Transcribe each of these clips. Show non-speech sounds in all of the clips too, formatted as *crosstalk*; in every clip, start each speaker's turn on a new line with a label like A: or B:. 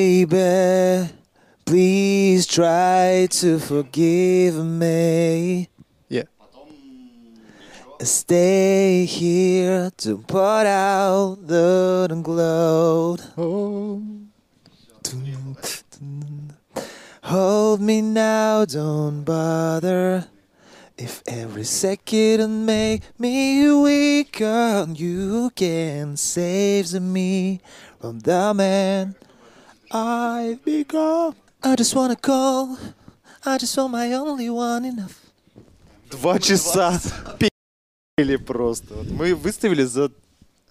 A: Baby, please try to forgive me.
B: Yeah.
A: Stay here to put out the glow.
B: Oh.
A: Hold me now, don't bother. If every second make me weaker, you can save me from the man I've become. I just wanna call. I just want my only one enough.
B: Два часа пели просто. Вот мы выставили за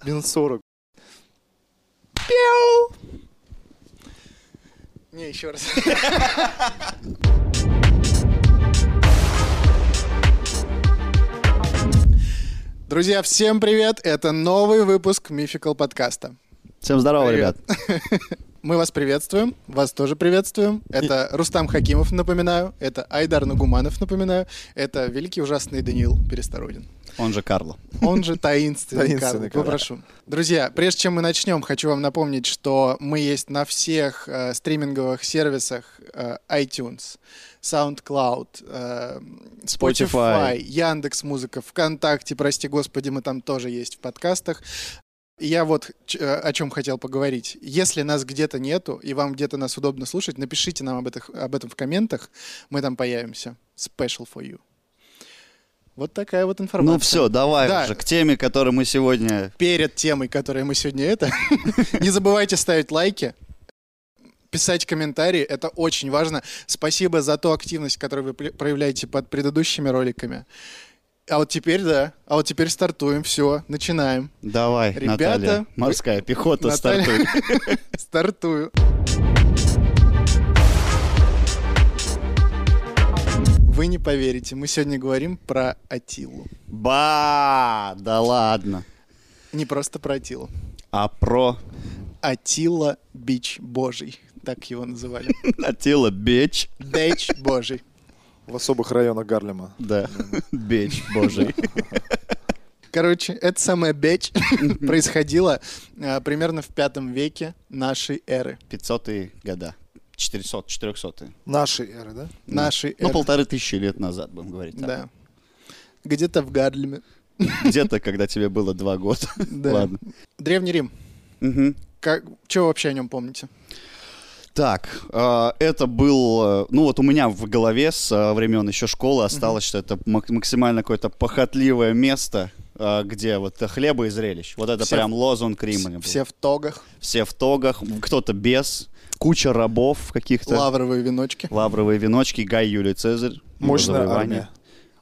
B: минут 40. Пяу!
C: Не, еще раз. Друзья, всем привет! Это новый выпуск Мификал подкаста.
D: Всем здорово,
C: Привет.
D: ребят.
C: Мы вас приветствуем, вас тоже приветствуем. Это Рустам Хакимов, напоминаю. Это Айдар Нагуманов, напоминаю. Это великий ужасный Даниил Перестородин.
D: Он же Карло.
C: Он же таинственный
B: Таинственный Карл.
C: Карл. Попрошу. Друзья, прежде чем мы начнем, хочу вам напомнить, что мы есть на всех э, стриминговых сервисах э, iTunes, SoundCloud, э, Spotify,
D: Spotify.
C: Яндекс Музыка, ВКонтакте, прости господи, мы там тоже есть в подкастах. И Я вот ч- э, о чем хотел поговорить. Если нас где-то нету, и вам где-то нас удобно слушать, напишите нам об, этих- об этом в комментах. Мы там появимся. Special for you. Вот такая вот информация
D: Ну все, давай
C: Да.
D: уже к теме, которую мы сегодня...
C: перед темой, которой мы сегодня это, *laughs* не забывайте ставить лайки, писать комментарии, это очень важно. Спасибо за ту активность, которую вы пле- проявляете под предыдущими роликами. А вот теперь, да, а вот теперь стартуем, все, начинаем. *laughs*
D: Давай,
C: Ребята,
D: Наталья.
C: мы-
D: Морская пехота
C: Наталья.
D: стартует.
C: Стартую. Вы не поверите, мы сегодня говорим про Атилу.
D: Ба, да ладно.
C: Не просто про Атилу.
D: А про
C: Атила Бич Божий, так его называли. *laughs*
D: Атила Бич.
C: Бич Божий.
B: В особых районах Гарлема.
D: Да, Бич, боже.
C: Короче, это самая бечь *laughs* происходила э, примерно в пятом веке нашей эры.
D: 500-е года. 400, 400
B: Нашей эры, да?
C: Нашей эры.
D: Ну, полторы тысячи лет назад, будем говорить. так.
C: Да. Где-то в Гарлеме.
D: Где-то, когда тебе было два года.
C: Да.
D: Ладно.
C: Древний Рим.
D: Мгм.
C: Как, что вы вообще о нем помните?
D: Так, э, это был, э, ну вот у меня в голове с э, времен еще школы осталось, что это мак- максимально какое-то похотливое место, э, где вот э, хлеба и зрелищ. Вот это
C: Все
D: прям лозунг
C: Вс-
D: Рима. был.
C: Все в тогах,
D: Все в тогах, кто-то без, куча рабов каких-то,
C: лавровые веночки.
D: лавровые веночки, Гай Юлий Цезарь. его
B: Мощная
D: завоевание.
B: армия.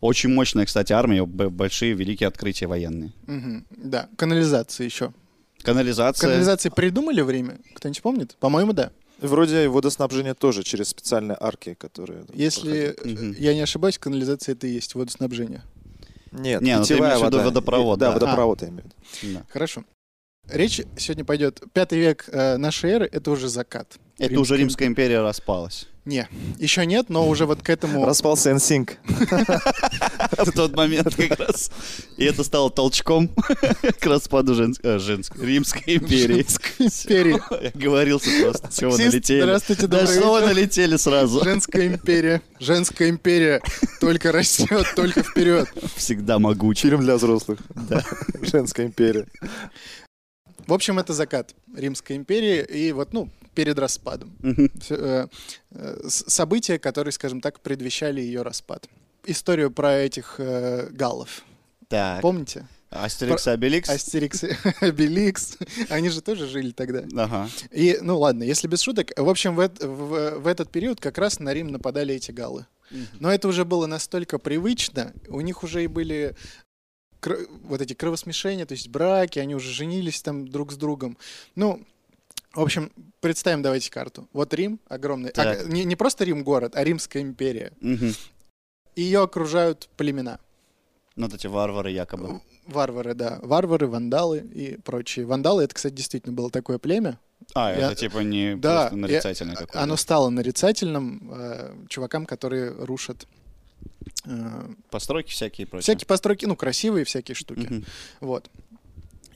D: Очень мощная, кстати, армия, б- большие великие открытия военные.
C: Мгм. Да, канализации еще.
D: Канализация.
C: Канализации придумали в Риме? Кто-нибудь помнит? По-моему, да.
B: И вроде водоснабжение тоже через специальные арки, которые...
C: Если
D: проходит.
C: э,
D: Мгм.
C: я не ошибаюсь, канализация это и есть водоснабжение.
B: Нет,
D: Не, ну ты
B: питьевая
D: имеешь в виду
B: вода.
D: водопровод,
B: Да,
D: да.
B: водопровод я имею в виду.
D: Да.
C: Хорошо. Речь сегодня пойдет. Пятый век э, нашей эры это уже закат.
D: Это уже Римская империя распалась.
C: Не, еще нет, но уже вот к этому...
B: Распался NSYNC.
D: в тот момент как раз. И это стало толчком *laughs* к распаду женс- э, женской, Римской империи.
C: империи.
D: Я говорился просто, чего вы
C: Сексист,
D: налетели.
C: здравствуйте,
D: Да
C: добрый
D: что вы
C: вечер.
D: налетели сразу?
C: Женская империя. Женская империя
D: *laughs*
C: только растет, только вперед.
D: Всегда могучий.
B: Фильм для взрослых. *laughs* Женская империя.
C: В общем, это закат Римской империи и вот, ну, перед распадом.
D: Мгм.
C: Всё, э, э, с- события, которые, скажем так, предвещали ее распад. Историю про этих э, галлов.
D: Так,
C: Помните?
D: Астерикс и Обеликс.
C: Астерикс и *laughs* Обеликс. Они же тоже жили тогда.
D: Ага.
C: И, ну ладно, если без шуток, в общем, в, эт- в- в этот период как раз на Рим нападали эти галы. Но это уже было настолько привычно, у них уже и были кр- вот эти кровосмешения, то есть браки, они уже женились там друг с другом. Ну, в общем, представим давайте карту. Вот Рим огромный. А,
D: Так.
C: не, не просто Рим город, а Римская империя.
D: Мгм.
C: Ее окружают племена.
D: Ну, вот эти варвары якобы.
C: Варвары, да. Варвары, вандалы и прочие. Вандалы, это, кстати, действительно было такое племя.
D: А,
C: Я-
D: это типа не
C: Да,
D: просто нарицательное
C: я-
D: какое-то.
C: Оно стало нарицательным э, чувакам, которые рушат э,
D: Постройки всякие и прочее.
C: всякие постройки, ну, красивые всякие штуки.
D: Мгм.
C: Вот.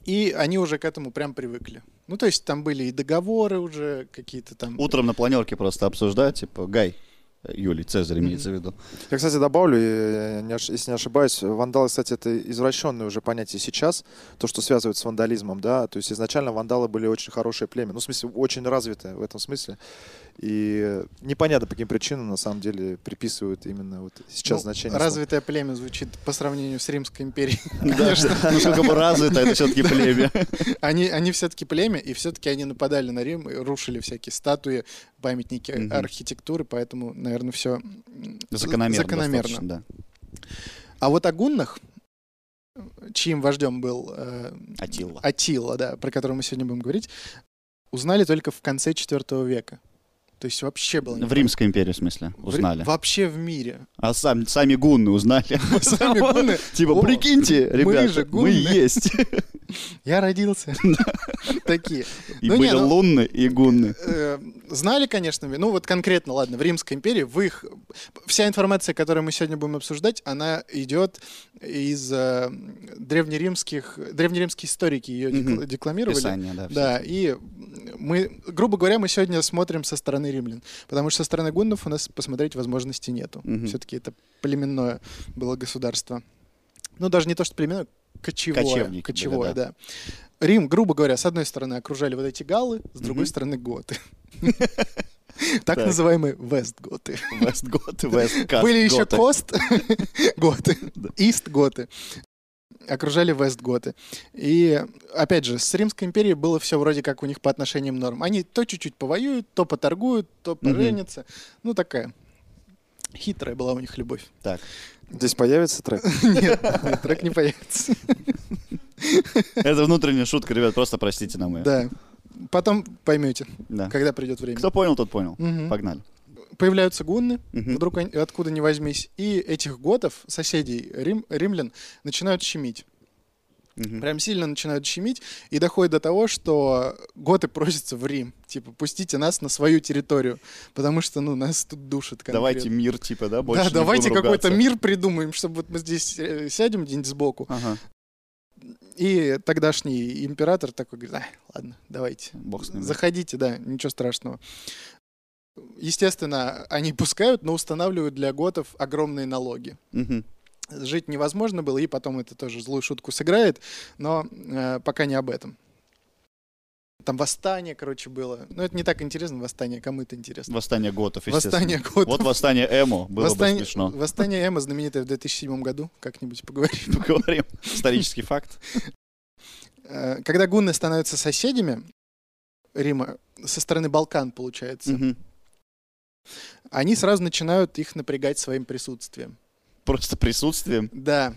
C: И они уже к этому прям привыкли. Ну, то есть там были и договоры уже, какие-то там...
D: Утром на планерке просто обсуждать, типа, Гай, Юлий, Цезарь имеется в виду.
B: Я, кстати, добавлю, э, не ош- если не ошибаюсь, вандалы, кстати, это извращенное уже понятие сейчас, то, что связывают с вандализмом, да, то есть изначально вандалы были очень хорошее племя, ну, в смысле, очень развитое в этом смысле, и э, непонятно, по каким причинам, на самом деле, приписывают именно вот сейчас
C: ну,
B: значение. слова.
C: Развитое племя звучит по сравнению с Римской империей. *laughs*
D: Да, ну, сколько бы развито, это все-таки племя.
C: Они, они все-таки племя, и все-таки они нападали на Рим, и рушили всякие статуи, памятники
D: Мгм.
C: архитектуры, поэтому, наверное, все
D: Закономерно.
C: закономерно.
D: достаточно, да.
C: А вот о гуннах, чьим вождем был э,
D: Атилла.
C: Атилла, да, про которого мы сегодня будем говорить, узнали только в конце IV века. То есть вообще было...
D: В
C: непонятно.
D: Римской империи, в смысле,
C: В Ри-
D: узнали.
C: Вообще в
D: *laughs*
C: мире.
D: А сам- сами
C: *laughs*
D: гунны узнали. *laughs*
C: Мы сами гунны.
D: Типа,
C: О,
D: прикиньте,
C: же
D: ребята,
C: гунны». *laughs*
D: мы есть.
C: Я
D: *laughs*
C: родился. *laughs* Такие.
D: И
C: Ну, не,
D: были
C: ну-
D: лунны и гунны.
C: Э, Знали, конечно, ну вот конкретно, ладно, в Римской империи, в их... Вся информация, которую мы сегодня будем обсуждать, она идет из э, древнеримских... Древнеримские историки ее
D: Мгм.
C: декламировали.
D: Писание, да. всё.
C: Да, и мы, грубо говоря, мы сегодня смотрим со стороны римлян, потому что со стороны гуннов у нас посмотреть возможности нету.
D: Мгм.
C: Все-таки это племенное было государство. Ну, даже не то, что племенное, кочевое.
D: Кочевники были,
C: кочевое, да. Рим, грубо говоря, с одной стороны окружали вот эти галлы, с другой
D: Мгм.
C: стороны готы.
D: *laughs*
C: Так
D: Так.
C: называемые вест-готы.
D: Вестгот,
C: *laughs*
D: Весткаст.
C: Были еще
D: готы.
C: кост *laughs* готы, ист готы. Окружали вест готы. И, опять же, с Римской империей было все вроде как у них по отношениям норм. Они то чуть-чуть повоюют, то поторгуют, то поженятся. Ну, такая хитрая была у них любовь.
D: Так,
B: Здесь появится трек?
C: Нет, нет, трек не
D: *laughs*
C: появится.
D: это внутренняя шутка, ребят, просто простите нам ее.
C: Да. Потом поймете,
D: Да.
C: когда придет время.
D: Кто понял, тот понял.
C: Мгм.
D: Погнали.
C: Появляются гунны,
D: Мгм.
C: вдруг они- откуда ни возьмись, и этих готов, соседей рим- римлян, начинают щемить.
D: Мгм.
C: Прям сильно начинают щемить, и доходит до того, что готы просятся в Рим. Типа, пустите нас на свою территорию, потому что, ну, нас тут душат конкретно.
D: Давайте мир, типа, да, больше
C: Да,
D: не
C: давайте
D: будем
C: какой-то
D: ругаться.
C: мир придумаем, чтобы вот мы здесь э, сядем где-нибудь сбоку.
D: Ага,
C: И тогдашний император такой говорит, «Ай, ладно, давайте.
D: бог с ним.
C: Заходите, да, ничего страшного. Естественно, они пускают, но устанавливают для готов огромные налоги.
D: Мгм.
C: жить невозможно было, и потом это тоже злую шутку сыграет, но э, пока не об этом. Там восстание, короче, было. Ну, это не так интересно, восстание, кому это интересно.
D: Восстание готов, Ну, естественно.
C: Восстание готов.
D: Вот восстание Эмо, было
C: восстание,
D: бы смешно. *laughs*
C: восстание Эма, знаменитое в 2007 году, как-нибудь поговорим.
D: Поговорим. Исторический факт.
C: Э, Когда гунны становятся соседями Рима, со стороны Балкан, получается,
D: Мгм.
C: они сразу начинают их напрягать своим присутствием.
D: Просто присутствием.
C: Да.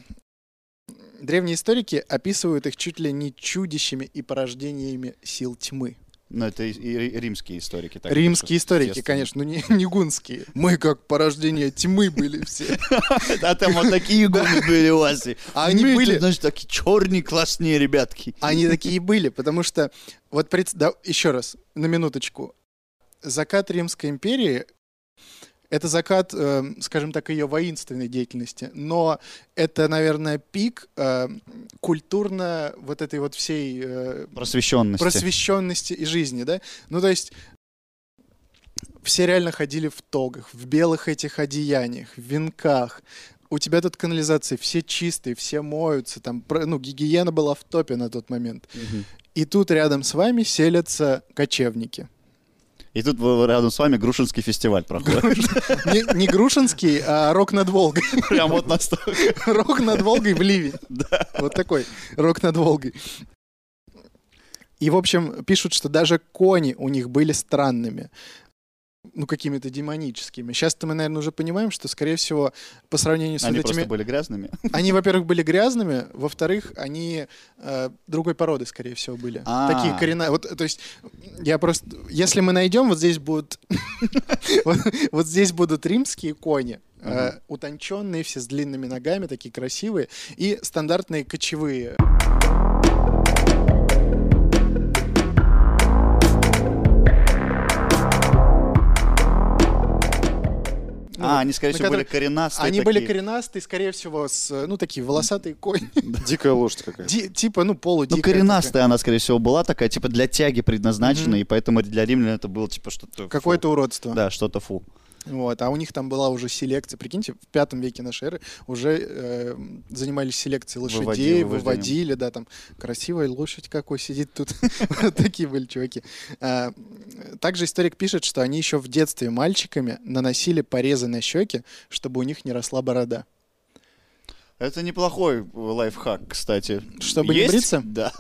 C: Древние историки описывают их чуть ли не чудищами и порождениями сил тьмы.
D: Ну, это и, и римские историки. так
C: Римские
D: пишут,
C: историки,
D: естественно. *laughs*
C: конечно, ну не, *laughs* не гунские. Мы как порождение тьмы были все.
D: А там вот такие гуны были у вас. и-
C: А они
D: Мы тут,
C: были-
D: Значит, такие черные классные ребятки.
C: Они такие и были, потому что, вот пред- да, еще раз, на минуточку. Закат Римской империи — это закат, э, скажем так, ее воинственной деятельности, но это, наверное, пик э, культурно вот этой вот всей э,
D: Просвещенности.
C: просвещенности и жизни, да? Ну, то есть все реально ходили в тогах, в белых этих одеяниях, в венках. У тебя тут канализации, все чистые, все моются, там, про- ну, гигиена была в топе на тот момент.
D: Мгм.
C: И тут рядом с вами селятся кочевники.
D: И тут в- рядом с вами Грушинский фестиваль проходит.
C: Не, не Грушинский, а рок над Волгой.
D: Прям вот настолько.
C: *laughs* Рок над Волгой в Ливень.
D: *laughs* Да.
C: Вот такой рок над Волгой. И, в общем, пишут, что даже кони у них были странными. Ну, какими-то демоническими. Сейчас-то мы, наверное, уже понимаем, что, скорее всего, по сравнению с
D: Они
C: вот этими...
D: просто были грязными.
C: Они, во-первых, были грязными, во-вторых, они э, другой породы, скорее всего, были.
D: А.
C: Такие корена... Вот, то есть, я просто... Если мы найдем, вот здесь будут... *laughs* вот- Вот здесь будут римские кони, э, утонченные, все с длинными ногами, такие красивые, и стандартные кочевые. Ну,
D: А, они, скорее
C: на
D: всего, были
C: которых-
D: коренастые
C: Они
D: такие.
C: были коренастые, скорее всего, с, э, ну, такие волосатые кони.
B: Дикая лошадь какая-то.
C: Ди- Типа, ну,
D: Ну,
C: полудикая.
D: коренастая она, скорее всего, была такая, типа, для тяги предназначена, и поэтому для римлян это было, типа, что-то... фу.
C: такая. Какое-то уродство.
D: Да, что-то фу.
C: Вот, а у них там была уже селекция. Прикиньте, в пятом веке нашей эры уже э, занимались селекцией лошадей,
D: Выводили,
C: выводили,
D: вывождением.
C: да, там красивая лошадь какой сидит тут. *laughs* Вот Такие были чуваки. А, Также историк пишет, что они еще в детстве мальчиками наносили порезы на щеки, чтобы у них не росла борода.
D: Это неплохой э, лайфхак, кстати.
C: Чтобы не
D: Есть?
C: бриться?
D: *laughs* Да.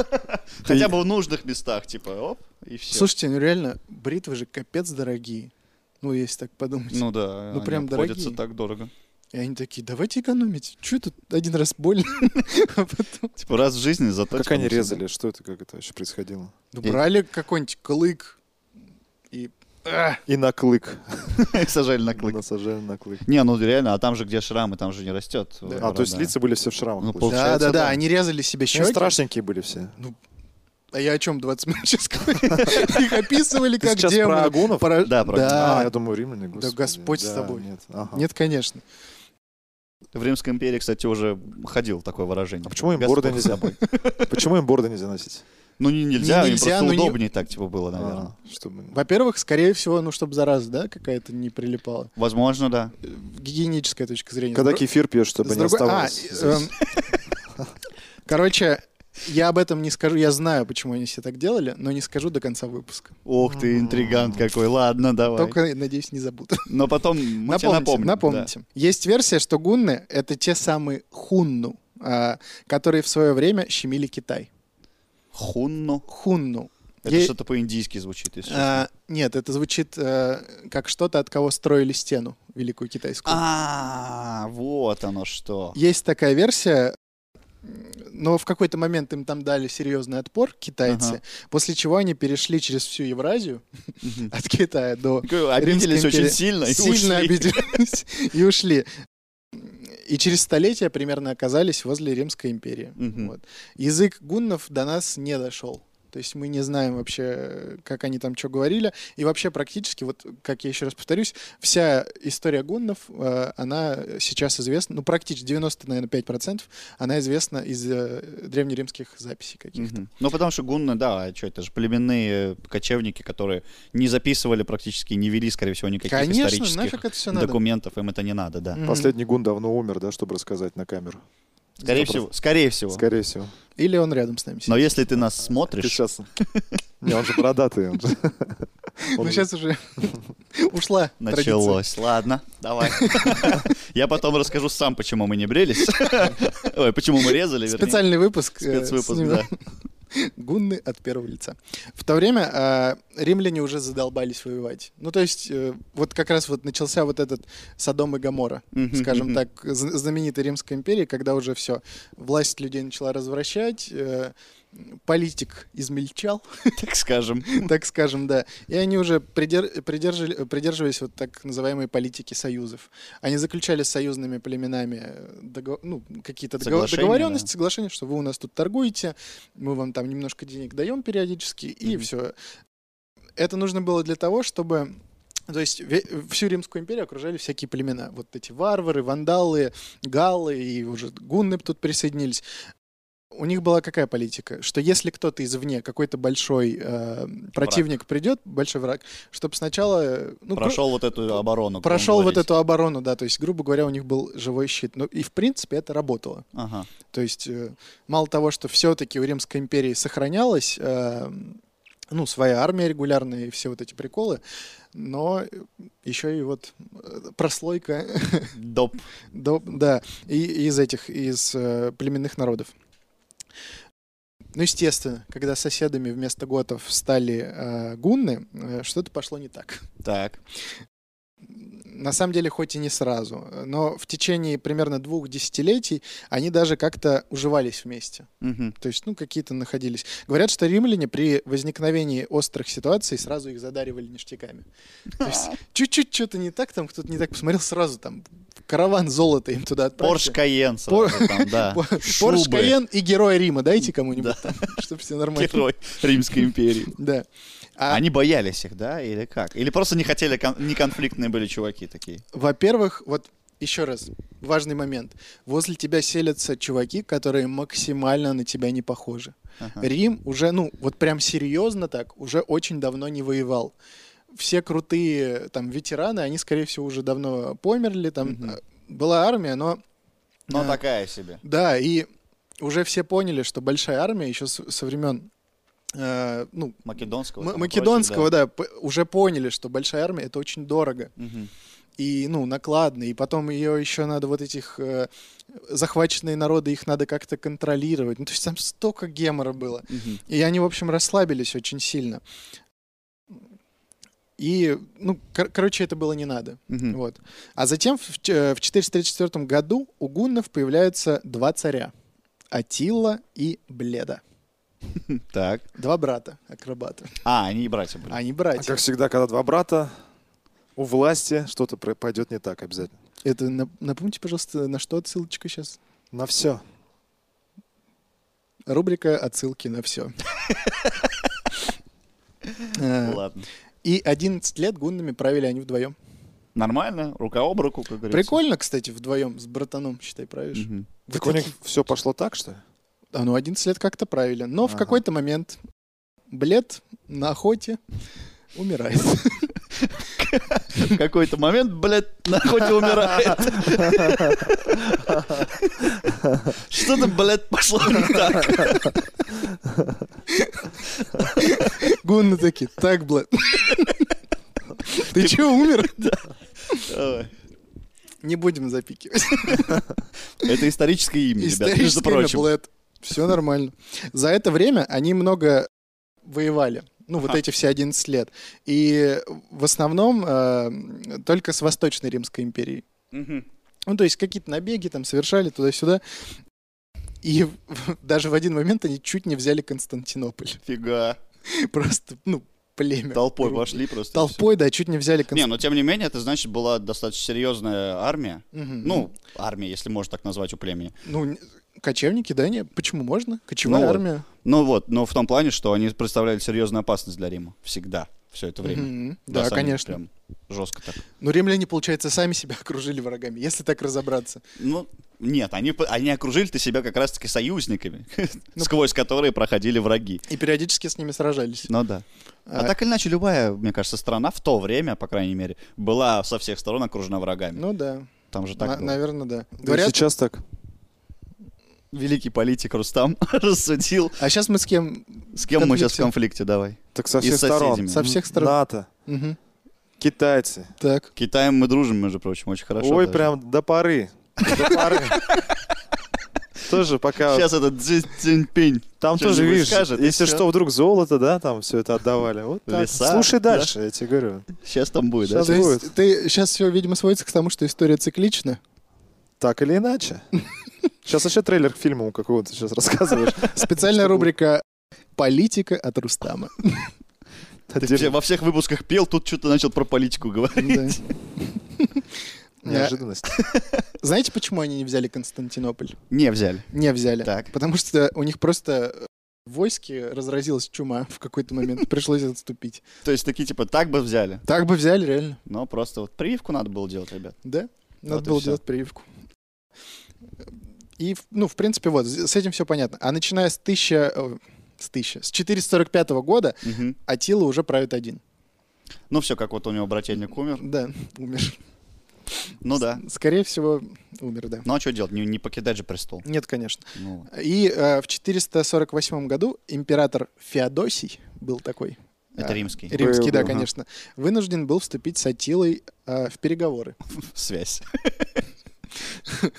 D: Хотя бы в нужных местах, типа, оп, и все.
C: Слушайте, ну реально, бритвы же капец дорогие. Ну, если так подумать.
D: ну да,
C: ну,
D: они
C: прям
D: обходятся
C: дорогие.
D: так дорого.
C: *laughs* И они такие, давайте экономить. Че тут один раз больно? А потом-
D: Типа, раз в жизни зато...
B: Как
D: типа,
B: они
D: всё.
B: резали? Что это, как это вообще происходило?
C: Ну,
D: И-
C: брали какой-нибудь клык и
B: И на клык.
D: *laughs* И Сажали на клык.
B: Насажали на клык.
D: Не, ну реально, а там же, где шрамы, там же не э, растет.
C: Да.
B: А, то есть лица были все в шрамах.
D: Ну,
B: получается.
C: Да,
D: Получается,
C: да, да,
D: да.
C: они резали себе
B: Ну,
C: щеки.
B: страшненькие были все.
C: А я о чем 20 минут сейчас говорю? Их описывали
B: Ты
C: как
B: сейчас про
C: демонов.
B: агунов?
C: Пора-
D: Да, про
B: А,
C: Да.
B: я думаю, римляне, господи.
C: Господь с тобой.
B: Нет, ага.
C: Нет, конечно.
D: В Римской империи, кстати, уже ходил такое выражение.
B: А почему им
D: Господь
B: бороды
D: с
B: нельзя?
D: тобой.
B: Почему им борды нельзя
C: *laughs*
B: носить?
D: Ну, не, нельзя,
C: Не
D: им
C: нельзя,
D: просто
C: но не-
D: удобнее так, типа, было, наверное.
B: А, чтобы-
C: Во-первых, скорее всего, ну, чтобы зараза, да, какая-то не прилипала.
D: Возможно, да.
C: Э, Гигиеническая точка зрения.
B: Когда
C: С друг-
B: кефир пьешь,
C: с
B: чтобы не
C: другой- а,
B: оставалось.
C: э, эм, Короче, я об этом не скажу. Я знаю, почему они все так делали, но не скажу до конца выпуска.
D: Ох ты, интригант какой. Ладно, давай.
C: Только, надеюсь, не забуду.
D: Но потом
C: *laughs*
D: мы тебе напомним.
C: напомните. Есть версия, что гунны — это те самые хунну, а, которые в свое время щемили Китай.
D: да. Хунну.
C: Хунну.
D: Это
C: Е-
D: что-то по-индийски звучит, если честно.
C: А, нет, это звучит э, как что-то, от кого строили стену великую китайскую.
D: А, вот оно что.
C: Есть такая версия, м, но в какой-то момент им там дали серьезный отпор китайцы,
D: Ага.
C: после чего они перешли через всю Евразию от Китая до
D: Обиделись
C: Римской
D: очень
C: империи.
D: сильно и
C: сильно
D: ушли.
C: обиделись и ушли. И через столетия примерно оказались возле Римской империи.
D: Мгм.
C: Вот. Язык гуннов до нас не дошел. То есть мы не знаем вообще, как они там что говорили. И вообще практически, вот как я еще раз повторюсь, вся история гуннов, э, она сейчас известна, ну практически 90, наверное, 5%, она известна из э, древнеримских записей каких-то.
D: Мгм. Ну, потому что гунны, да, а что это же племенные э, кочевники, которые не записывали практически, не вели, скорее всего, никаких
C: Конечно,
D: исторических
C: нафиг это все надо.
D: документов, им это не надо, да.
C: Мгм.
B: Последний гун давно умер, да, чтобы рассказать на камеру.
D: Скорее
B: Сто
D: всего, скорее всего.
B: Скорее всего.
C: Или он рядом с нами сидит.
D: Но если ты нас
B: Ты
D: смотришь,
B: сейчас... Не, он же бородатый.
C: *laughs*
B: он же-
C: Ну,
B: он А же-
C: сейчас
D: *laughs*
C: уже *laughs* ушла традиция.
D: началось. Ладно, *laughs* давай. Я потом расскажу сам, почему мы не *laughs* брелись. Ой, почему мы резали, вернее.
C: Специальный выпуск. э, с
D: Спецвыпуск,
C: ним-
D: да.
C: Гунны от первого лица. В то время а, римляне уже задолбались воевать. Ну, то есть, э, вот как раз вот начался вот этот Содом и Гамора,
D: Мгм,
C: скажем
D: мгм.
C: так, з- знаменитой Римской империи, когда уже все, власть людей начала развращать, э, политик измельчал,
D: Так скажем.
C: *laughs* так скажем, да. И они уже придер- придержали- придерживались вот так называемой политики союзов. Они заключали с союзными племенами э, дого- ну, какие-то дого-
D: Соглашения,
C: договоренности,
D: да.
C: соглашения, что вы у нас тут торгуете, мы вам там немножко денег даем периодически, и
D: Мгм.
C: все. Это нужно было для того, чтобы... То есть ве- всю Римскую империю окружали всякие племена. Вот эти варвары, вандалы, галлы и уже гунны тут присоединились у них была какая политика? Что если кто-то извне, какой-то большой э, противник придет, большой враг, чтобы сначала... э, Ну, гру-
D: Прошел вот эту оборону.
C: прошел
D: будем
C: вот
D: говорить.
C: эту оборону, да, то есть, грубо говоря, у них был живой щит. Ну, и, в принципе, это работало.
D: Ага.
C: То есть, э, мало того, что все-таки у Римской империи сохранялась, э, ну, своя армия регулярная и все вот эти приколы, но еще и вот э, прослойка
D: Доп.
C: до- да, и из этих, из э, племенных народов. Ну, естественно, когда соседами вместо готов стали э, гунны, э, что-то пошло не так.
D: Так.
C: На самом деле, хоть и не сразу, но в течение примерно двух десятилетий они даже как-то уживались вместе.
D: Мгм.
C: То есть, ну, какие-то находились. Говорят, что римляне при возникновении острых ситуаций сразу их задаривали ништяками. То есть, чуть-чуть что-то не так, там кто-то не так посмотрел, сразу там караван золота им туда отправили.
D: Порш Каен
C: Пор-
D: сразу там, да.
C: По-
D: А, Шубы.
C: *laughs* Порш *laughs* Каен и Герой Рима дайте кому-нибудь, чтобы все нормально.
D: Герой Римской империи.
C: Да. А, А-
D: Они боялись их, да, или как? Или просто не хотели, кон- не конфликтные были чуваки такие?
C: Во-первых, вот еще раз, важный момент. Возле тебя селятся чуваки, которые максимально на тебя не похожи.
D: Ага.
C: Рим уже, ну, вот прям серьезно так, уже очень давно не воевал. Все крутые там ветераны, они, скорее всего, уже давно померли. Там
D: Мгм.
C: э, была армия, но
D: Но
C: Да.
D: такая себе.
C: да, и уже все поняли, что большая армия еще с- со времен э, ну,
D: Македонского.
C: м-
D: там и
C: македонского,
D: прочего,
C: да, п- уже поняли, что большая армия это очень дорого
D: Мгм.
C: и, ну, накладно, и потом ее еще надо вот этих э, захваченные народы, их надо как-то контролировать. Ну, то есть там столько гемора было.
D: Мгм.
C: И они, в общем, расслабились очень сильно. И, ну, кор- короче, это было не надо.
D: Мгм.
C: Вот. А затем в, ч- э, в 434 году у гуннов появляются два царя. Атила и Бледа.
D: Так.
C: Два брата, акробата.
D: А, они и братья были.
C: Они
B: А
C: братья.
B: как всегда, когда два брата у власти, что-то про- пойдет не так обязательно.
C: Это нап- напомните, пожалуйста, на что отсылочка сейчас?
B: На все.
C: Рубрика «Отсылки на все». Э,
D: Ладно.
C: И 11 лет гуннами правили они вдвоем.
D: Нормально, рука об руку, как говорится.
C: Прикольно, кстати, вдвоем с братаном, считай, правишь.
D: Мгм.
B: Так у них все пошло так, что ли?
C: А ну, 11 лет как-то правили. Но в
B: Ага.
C: какой-то момент Блед на охоте умирает. *laughs*
D: В какой-то момент, блядь, на охоте умирает. Что-то, блядь, пошло не так.
C: Гунны такие, так, Блед. *laughs* Ты че, умер?
D: Ой.
C: Не будем запикивать.
D: Это историческое имя, ребят, между
C: Историческое имя
D: прочим.
C: Блэд. Все нормально. За это время они много воевали. Ну, вот
D: Ага.
C: эти все 11 лет. И в основном э, только с Восточной Римской империей.
D: Мгм.
C: Ну, то есть какие-то набеги там совершали туда-сюда. И в- *laughs* даже в один момент они чуть не взяли Константинополь. *laughs*
D: Фига.
C: Просто, ну, племя.
D: Толпой
C: грубо.
D: пошли просто. и
C: Толпой, да, чуть не взяли
D: всё. Не, ну,
C: Константинополь.
D: но тем не менее, это значит, была достаточно серьезная армия. Ну, армия, если можно так назвать у племени.
C: ну, н- кочевники, да, не? Почему можно? Кочевая
D: Ну вот.
C: армия.
D: Ну вот, но в том плане, что они представляли серьезную опасность для Рима. Всегда. Все это время.
C: Мгм.
D: Нас
C: Да,
D: они
C: конечно.
D: Прям жестко так.
C: Но римляне, получается, сами себя *laughs* окружили врагами, если так разобраться.
D: Ну, нет, они, п- они окружили-то себя как раз-таки союзниками, *laughs* сквозь которые проходили враги.
C: И периодически с ними сражались.
D: Ну да. А,
C: А,
D: так или иначе, любая, мне кажется, страна в то время, по крайней мере, была со всех сторон окружена врагами.
C: Ну да,
D: Там же так ну. было.
C: наверное, да.
B: Да и
C: Говорят,
B: сейчас так.
D: Великий политик Рустам *laughs* рассудил,
C: а сейчас мы с кем?
D: с кем мы сейчас в
C: Конфликте.
D: конфликте, давай.
B: Так со
D: И
B: всех
D: с
B: сторон.
D: соседями.
C: Со всех сторон.
B: НАТО,
C: Мгм.
B: китайцы.
C: Так.
D: Китаем мы дружим, между прочим, очень хорошо.
B: Ой,
D: даже.
B: прям до поры. До поры. Тоже пока...
D: Сейчас этот Цзи Цзиньпинь.
B: Там
D: что-нибудь
B: тоже, видишь,
D: скажет, и
B: если
D: всё.
B: что, вдруг золото, да, там все это отдавали. Вот так.
D: Леса,
B: Слушай
D: да.
B: дальше, я тебе говорю.
D: Сейчас там будет, да?
B: Щас
C: То есть
B: будет.
C: ты сейчас все, видимо, сводится к тому, что история циклична.
D: *laughs*
B: Так или иначе. Сейчас вообще трейлер к фильму какого-то сейчас рассказываешь.
C: Специальная
B: Чтобы-
C: рубрика «Политика от
D: *laughs*
C: Рустама».
D: Ты все- во всех выпусках пел, тут что-то начал про политику
C: Да. Э,
D: говорить. *laughs*
B: Неожиданность.
C: Знаете, почему они не взяли Константинополь?
D: Не взяли.
C: Не взяли.
D: Так.
C: Потому что у них просто э, в войске разразилась чума в какой-то момент. Пришлось отступить.
D: То есть такие, типа, так бы взяли.
C: Так бы взяли, реально.
D: Но просто вот прививку надо было делать, ребят.
C: Да? Надо
D: Вот и
C: было
D: всё.
C: делать прививку. И, в- ну, в принципе, вот, з- с этим все понятно. А начиная с 1000... э, С 1000... С 445 года
D: Мгм.
C: Атила уже правит один.
D: Ну все, как вот у него брательник умер.
C: Да, умер.
D: Ну да.
C: Скорее всего, умер, да.
D: Ну а что делать? Не, не покидать же престол.
C: Нет, конечно.
D: Ну,
C: И э, в 448 году император Феодосий был такой,
D: это
C: А,
D: римский.
C: римский, да,
B: Ага.
C: конечно, вынужден был вступить с Атилой э, в переговоры.
D: *laughs* *laughs* Связь.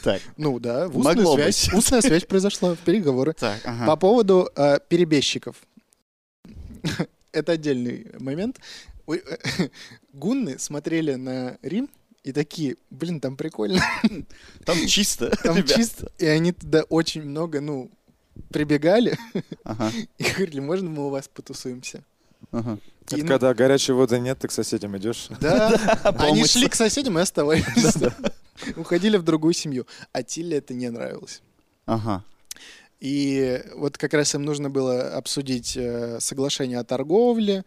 D: Так,
C: Ну да, в устную
D: Могло
C: связь.
D: быть.
C: Устная связь произошла в переговоры.
D: так,
C: По
D: ага.
C: поводу э, перебежчиков. *laughs* Это отдельный момент. У- *laughs* Гунны смотрели на Рим и такие, блин, там прикольно,
D: *laughs* Там чисто,
C: там
D: ребят.
C: чисто. И они туда очень много, ну, прибегали *laughs*
D: Ага,
C: и говорили, можно мы у вас потусуемся?
D: ага.
C: И,
B: Это
C: ну,
B: когда горячей воды нет, ты к соседям идешь.
C: Да, они
D: помыться.
C: шли к соседям и оставались. *laughs* Уходили в другую семью. А Тиле это не нравилось.
D: Ага.
C: И вот как раз им нужно было обсудить э, соглашение о торговле,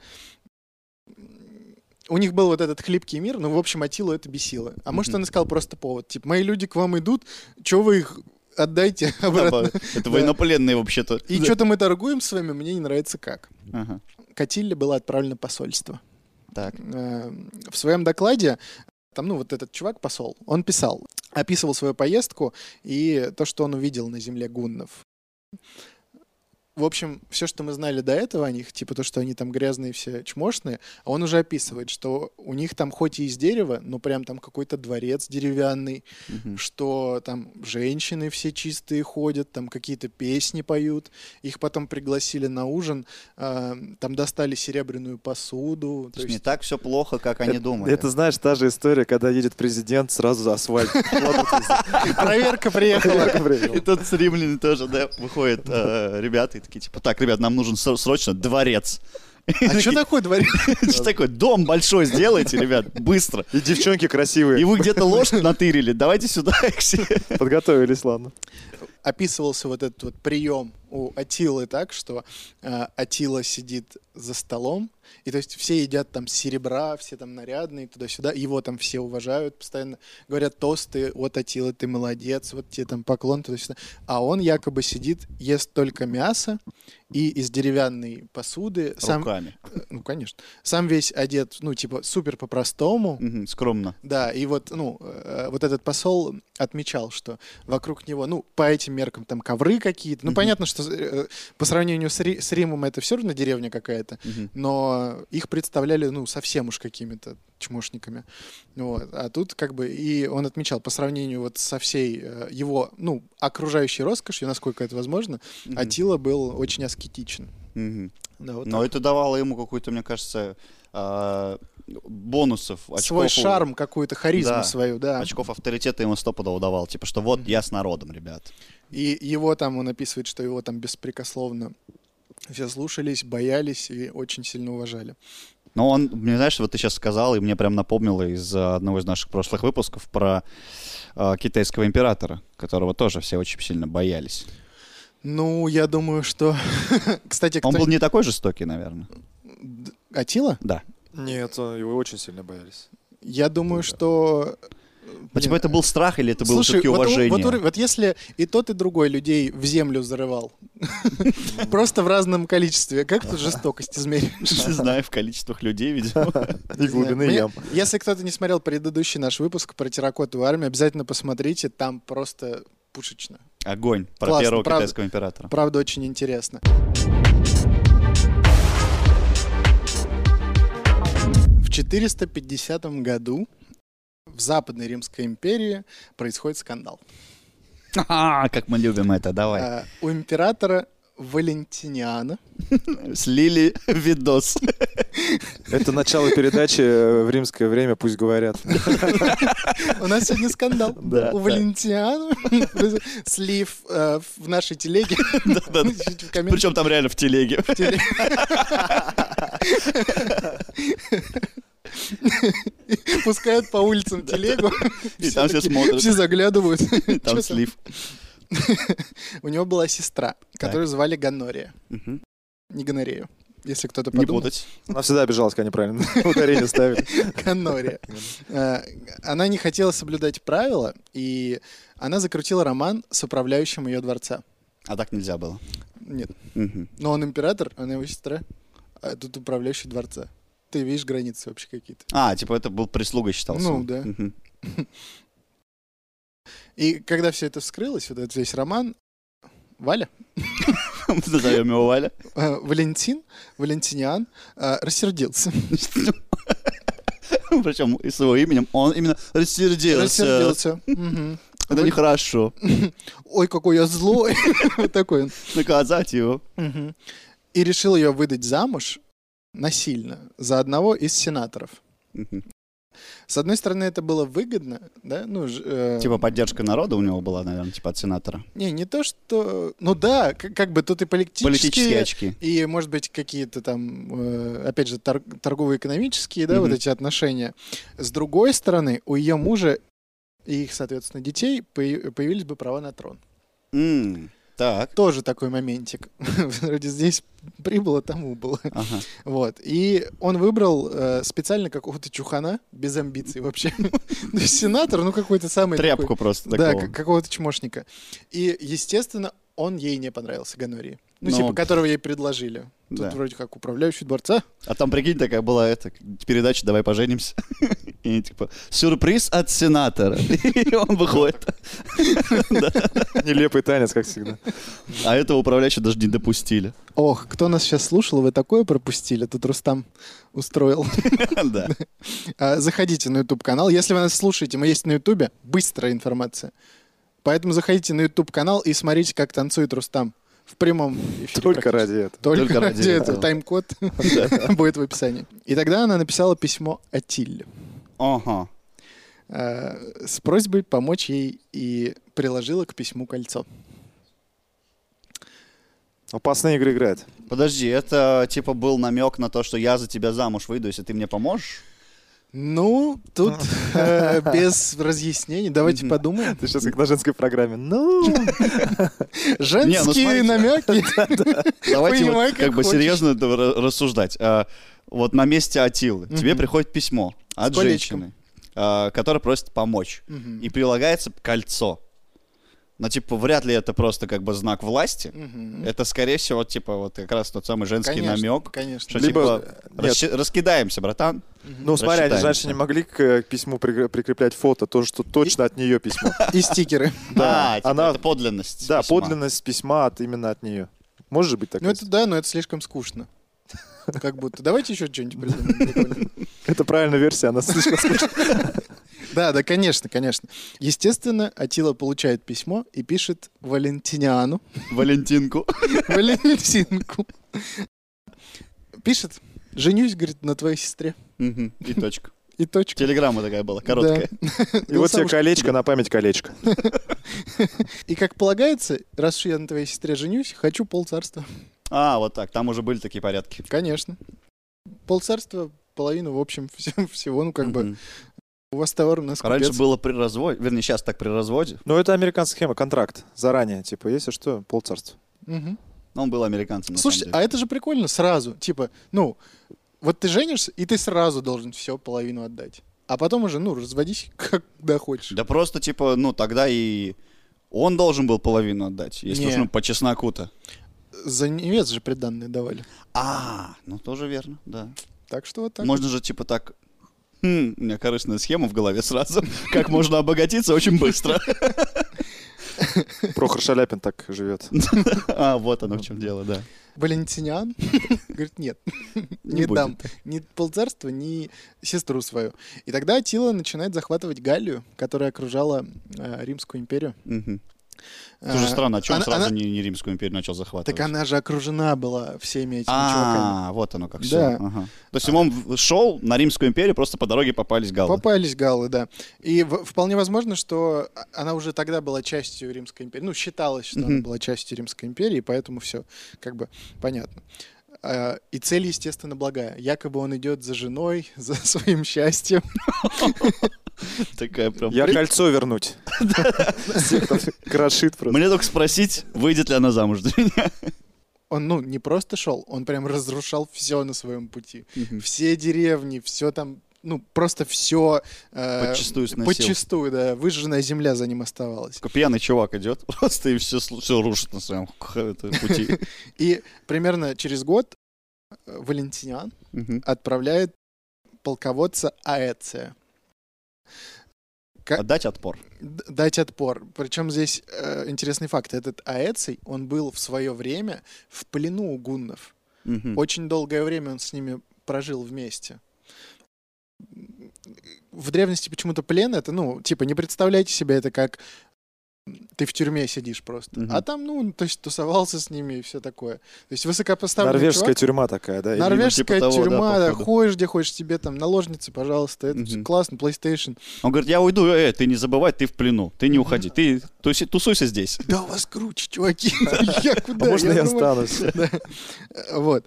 C: у них был вот этот хлипкий мир, ну, в общем, Атилу это бесило. А может, он искал просто повод. Типа, мои люди к вам идут, чего вы их отдайте обратно?
D: э, *laughs* Это военнопленные вообще-то.
C: И что-то мы торгуем с вами, мне не нравится как.
D: Ага.
C: Катилле было отправлено посольство.
D: Так.
C: Э, В своем докладе там, ну, вот этот чувак, посол, он писал, описывал свою поездку и то, что он увидел на земле гуннов. В общем, все, что мы знали до этого о них, типа то, что они там грязные все чмошные, он уже описывает, что у них там хоть и из дерева, но прям там какой-то дворец деревянный,
D: Мгм.
C: что там женщины все чистые ходят, там какие-то песни поют. Их потом пригласили на ужин, а, там достали серебряную посуду.
D: То
C: То
D: есть не
C: есть,
D: так все плохо, как они думали.
B: Это, знаешь, та же история, когда едет президент сразу за
D: *laughs*
B: асфальт.
C: проверка приехала.
B: *laughs*
D: И тут с римляне тоже, да, выходят *laughs* э, ребята и такие, типа, так, ребят, нам нужен сро- срочно *laughs* дворец.
C: А что такое дворец?
D: Что такое? Дом большой сделайте, ребят, быстро.
B: И девчонки
D: И
B: красивые.
D: вы где-то лошадь натырили, давайте сюда *laughs* их все.
B: Подготовились, ладно.
C: Описывался вот этот вот прием у Атилы так, что а, Атила сидит за столом, и то есть все едят там с серебра, все там нарядные, туда-сюда, его там все уважают, постоянно говорят тосты, вот Атила, ты молодец, вот тебе там поклон, туда-сюда. А он якобы сидит, ест только мясо и из деревянной посуды. Сам,
D: Руками.
C: ну, конечно. Сам весь одет, ну, типа, супер по-простому.
D: Мгм, Скромно.
C: Да, и вот, ну, э, вот этот посол отмечал, что вокруг него, ну, по этим меркам там ковры какие-то. Ну,
D: Мгм.
C: понятно, что э, по сравнению с, Ри- с Римом это все равно деревня какая-то,
D: Мгм.
C: но их представляли, ну, совсем уж какими-то чмошниками. Вот. А тут как бы, и он отмечал, по сравнению вот со всей э, его, ну, окружающей роскошью, насколько это возможно,
D: Мгм. Ну,
C: Атила был очень аскетичен.
D: А Мгм.
C: Да, вот
D: Но
C: так.
D: это давало ему какую-то, мне кажется, а, бонусов, очков.
C: свой
D: у-
C: шарм, какую-то харизму
D: Да.
C: свою, да.
D: Очков авторитета ему стопудово давал. Типа, что вот я с народом, ребят.
C: И его там, он описывает, что его там беспрекословно все слушались, боялись и очень сильно уважали.
D: Но он, мне знаешь, вот ты сейчас сказал, и мне прям напомнило из э, одного из наших прошлых выпусков про э, китайского императора, которого тоже все очень сильно боялись.
C: Ну, я думаю, что... *laughs* Кстати, кто...
D: Он был не такой жестокий, наверное.
C: Д- Атила?
D: Да.
B: Нет, он- его очень сильно боялись.
C: Я думаю, что...
D: Ну, типа, это был страх или это было
C: э, Слушай,
D: все-таки
C: вот у-
D: уважение?
C: Вот, ур- вот если и тот, и другой людей в землю зарывал, *laughs* просто в разном количестве, как тут жестокость измеришь?
D: *laughs* Не знаю, в количествах людей, видимо.
B: И глубины
C: Мне-
B: ям.
C: Если кто-то не смотрел предыдущий наш выпуск про терракотовую армию, обязательно посмотрите, там просто пушечно.
D: *laughs* Огонь про
C: Классно,
D: первого
C: правда. *laughs*
D: китайского императора.
C: Правда, очень интересно. В 450 году в Западной Римской империи происходит скандал.
D: А, как мы любим это, давай.
C: А, У императора Валентиниана
D: Слили видос.
B: Это начало передачи э, в римское время, пусть говорят.
C: У нас сегодня скандал.
D: *laughs* Да,
C: У
D: да.
C: Валентиана слив э, в нашей телеге. *laughs* Пишите в комментариях.
D: Причем там реально в телеге.
C: теле- Пускают по
D: *laughs*
C: улицам телегу.
D: И там все
C: такие-
D: смотрят.
C: Все заглядывают. *laughs*
D: Там
C: Чё
D: слив.
C: У него была сестра, которую звали Ганория.
D: Мгм.
C: Не Гонорею, если кто-то *laughs*
D: Не
C: подумал.
D: путать.
B: Она всегда обижалась, когда неправильно *laughs* ударение ставили.
C: Ганория. Э, Она не хотела соблюдать правила, и она закрутила роман с управляющим ее дворца.
D: А так нельзя было.
C: Нет,
D: Мгм.
C: но он император, она его сестра, а тут управляющий дворца. Ты видишь границы вообще какие-то.
D: А, типа это был прислуга считался.
C: Ну, да.
D: Мгм. *laughs*
C: И когда все это вскрылось, вот этот весь роман, Валя,
D: Назовем его Валя. *laughs*
C: э, Валентин, Валентиниан э, рассердился.
D: Причем с его именем он именно рассердился.
C: Рассердился. Мгм.
D: Это
C: Ой,
D: нехорошо.
C: Ой, какой я злой. *laughs* Вот такой он.
D: Наказать его.
C: Мгм. И решил ее выдать замуж насильно за одного из сенаторов.
D: Мгм.
C: С одной стороны, это было выгодно, да, ну, ж- э,
D: Типа поддержка народа у него была, наверное, типа от сенатора.
C: не, не то, что, ну да, к- как, бы тут и политические,
D: Политические очки.
C: и, может быть, какие-то там, э, опять же, тор- торгово-экономические, да, вот
D: Мгм.
C: эти отношения. С другой стороны, у ее мужа и их, соответственно, детей появ- появились бы права на трон.
D: М. Так.
C: Тоже такой моментик. *laughs* Вроде здесь прибыло, там убыло.
D: Ага.
C: Вот. И он выбрал э, специально какого-то чухана, без амбиций вообще. *laughs* Ну, сенатор, ну, какой-то самый... такой-
D: Тряпку просто
C: Да,
D: такого.
C: к- какого-то чмошника. И, естественно, он ей не понравился, Гонории. Ну,
D: Ну,
C: типа, которого ей предложили. Тут
D: да.
C: вроде как управляющий дворца.
D: А там, прикинь, такая была эта передача «Давай поженимся». *laughs* И они типа «Сюрприз от сенатора». *laughs* И он выходит. *laughs*
B: Нелепый танец, как всегда.
D: А этого управляющего даже не допустили. *laughs*
C: Ох, кто нас сейчас слушал, вы такое пропустили. Тут Рустам устроил. *laughs*
D: Да.
C: А, Заходите на YouTube-канал. Если вы нас слушаете, мы есть на YouTube. Быстрая информация. Поэтому заходите на YouTube-канал и смотрите, как танцует Рустам. В прямом эфире.
B: Только
C: практически.
B: ради этого.
C: Только,
D: Только ради
C: ради этого.
D: этого.
C: Тайм-код *laughs* будет в описании. И тогда она написала письмо Атилле
D: Ага.
C: э, с просьбой помочь ей и приложила к письму кольцо.
B: Опасные игры играет.
D: Подожди, это типа был намек на то, что я за тебя замуж выйду, если ты мне поможешь?
C: Ну, тут э, без разъяснений. Давайте
D: Мгм.
C: подумаем.
B: Ты сейчас как на женской программе. Ну,
C: Женские
D: ну смотрите.
C: намеки. *laughs*
D: Давайте
C: Понимаю,
D: вот
C: как
D: как бы
C: хочешь.
D: серьезно это ра- рассуждать. А, Вот на месте Атилы тебе приходит письмо от
C: колечком.
D: женщины, а, которая просит помочь. И прилагается кольцо. Но, типа, вряд ли это просто как бы знак власти.
C: Мгм.
D: Это, скорее всего, типа, вот как раз тот самый женский
C: Конечно,
D: намек. Что,
C: Конечно.
B: Либо- э,
D: типа, расщи- раскидаемся, братан.
B: ну смотри, они же раньше
D: Рассчитаемся.
B: не могли к, к письму прикр- прикреплять фото, то, что точно от нее письмо.
C: И
D: *laughs*
C: стикеры.
D: Да,
B: Да, она-
D: А, типа, это подлинность.
B: Да,
D: письма.
B: подлинность письма от именно от нее. Может же быть
C: Ну
B: такое?
C: это да, но это слишком скучно. Как будто. Давайте еще что-нибудь придумаем.
D: *laughs*
C: прикольное.
B: Это правильная версия, она
C: *laughs*
B: слишком скучная.
C: Да, да, конечно, конечно. Естественно, Атила получает письмо и пишет Валентиниану.
D: *laughs* Валентинку.
C: Валентинку. Пишет, женюсь, говорит, на твоей сестре.
D: Мгм. И точка.
C: И точка.
D: Телеграмма такая была, короткая.
B: И
C: Ну,
B: вот тебе
C: Голосовушка.
B: колечко, на память колечко.
C: И как полагается, раз уж я на твоей сестре женюсь, хочу полцарства.
D: А, вот так, там уже были такие порядки.
C: Конечно. Полцарства, половину, в общем, *laughs* всем- всего, ну как бы,
D: Мгм.
C: у вас товар, у нас
D: Раньше
C: купец.
D: было при разводе, вернее, сейчас так при разводе,
B: Ну это американская схема, контракт. Заранее, типа, если что, полцарства.
C: Мгм.
D: но он был американцем. на самом
C: Слушайте,
D: деле.
C: а это же прикольно, сразу. Типа, ну, вот ты женишься, и ты сразу должен все, половину отдать. А потом уже, ну, разводись, *laughs* когда хочешь.
D: Да просто, типа, ну, тогда и он должен был половину отдать, если
C: Не.
D: уж ну, по чесноку-то.
C: За невест же приданные давали.
D: А, ну тоже верно, да.
C: Так что вот так.
D: Можно же, типа, так... «Хм, у меня корыстная схема в голове сразу. Как можно обогатиться очень быстро.
B: Прохор Шаляпин так живет.
D: А, вот оно в чем дело, да.
C: Валентиниан *laughs* говорит, нет,
D: Не
C: не,
D: будет.
C: дам ни полцарства, ни сестру свою. И тогда Атила начинает захватывать Галлию, которая окружала э, Римскую империю.
D: Мгм.
C: А,
D: Слушай, странно, а чё он
C: она-
D: сразу
C: она-
D: не, не Римскую империю начал захватывать?
C: Так она же окружена была всеми этими чуваками.
D: А, вот оно как все.
C: Да. А.
D: То есть он в- шел на Римскую империю, просто по дороге попались галлы.
C: Попались галлы, да. И в- вполне возможно, что а- она уже тогда была частью Римской империи. Ну, считалось, что она
D: Мгм.
C: была частью Римской империи, поэтому все как бы понятно. А, И цель, естественно, благая. Якобы он идет за женой, *laughs* за своим счастьем.
D: Такая прям...
B: Я кольцо вернуть. Всех там крошит просто.
D: Мне только спросить, выйдет ли она замуж *laughs* за меня.
C: Он, ну, не просто шел, он прям разрушал все на своем пути.
D: Мгм.
C: Все деревни, все там, ну, просто все...
D: Подчистую сносил.
C: Подчистую, да. Выжженная земля за ним оставалась.
D: Такой Пьяный чувак идет *laughs* просто и все, все рушит на *laughs* своем х- это, пути.
C: И примерно через год э, Валентиниан
D: Мгм.
C: отправляет полководца Аэция Как-
D: Отдать отпор.
C: д- дать отпор. Причем здесь э, интересный факт. Этот Аэций, он был в свое время в плену у гуннов.
D: Мгм.
C: Очень долгое время он с ними прожил вместе. В древности почему-то плен это, ну, типа, не представляйте себе это как ты в тюрьме сидишь просто.
D: Мгм.
C: А там, ну, то есть тусовался с ними и все такое. То есть высокопоставленный чувак.
B: Норвежская тюрьма такая, да? и
C: Норвежская
D: типа того, да,
C: тюрьма, да,
D: походу.
C: ходишь где хочешь, тебе там наложницы, пожалуйста, это всё
D: Мгм.
C: классно, PlayStation.
D: Он говорит, я уйду, э, ты не забывай, ты в плену, ты не уходи, ты туси- тусуйся здесь.
C: Да, у вас круче, чуваки. *laughs* Я куда?
B: А можно я
C: думаю-
B: останусь?
C: Вот.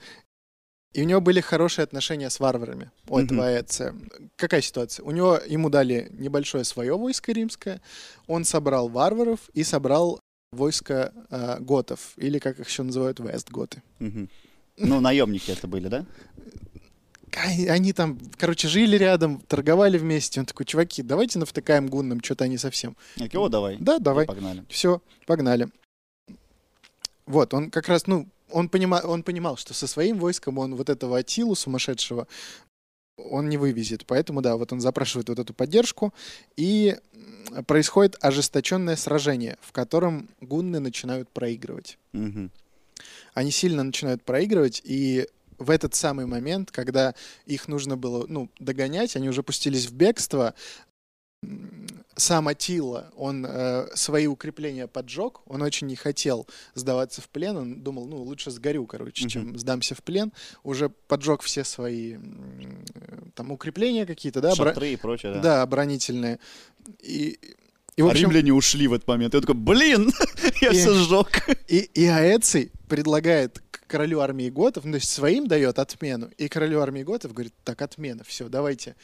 C: И у него были хорошие отношения с варварами у этого Аэция. э, Какая ситуация? У него, ему дали небольшое свое войско римское, он собрал варваров и собрал войско э, готов, или как их еще называют, вест-готы.
D: Мгм. Ну, наемники это были, да?
C: Ай, Они там, короче, жили рядом, торговали вместе. Он такой, чуваки, давайте навтыкаем гуннам, что-то они совсем.
D: Я такой, о, давай.
C: Да,
D: И
C: давай.
D: Погнали.
C: Все, погнали. Вот, он как раз, ну, он, понима, он понимал, что со своим войском он вот этого Атилу сумасшедшего он не вывезет. Поэтому, да, вот он запрашивает вот эту поддержку, и м, происходит ожесточенное сражение, в котором гунны начинают проигрывать.
D: Мгм.
C: Они сильно начинают проигрывать, и в этот самый момент, когда их нужно было, ну, догонять, они уже пустились в бегство, М, сам Атила, он э, свои укрепления поджег, он очень не хотел сдаваться в плен, он думал, ну, лучше сгорю, короче,
D: Мгм.
C: чем сдамся в плен, уже поджег все свои м, э, там укрепления какие-то, да, обра-
D: Шатры и прочее, да.
C: да, оборонительные. И, и, в
D: А
C: общем,
D: римляне ушли в этот момент. Я такой, блин, *laughs* я
C: И-
D: все сжег.
C: и, и Аэций предлагает к королю армии готов, ну, то есть своим дает отмену, и королю армии готов говорит, так, отмена, все, давайте,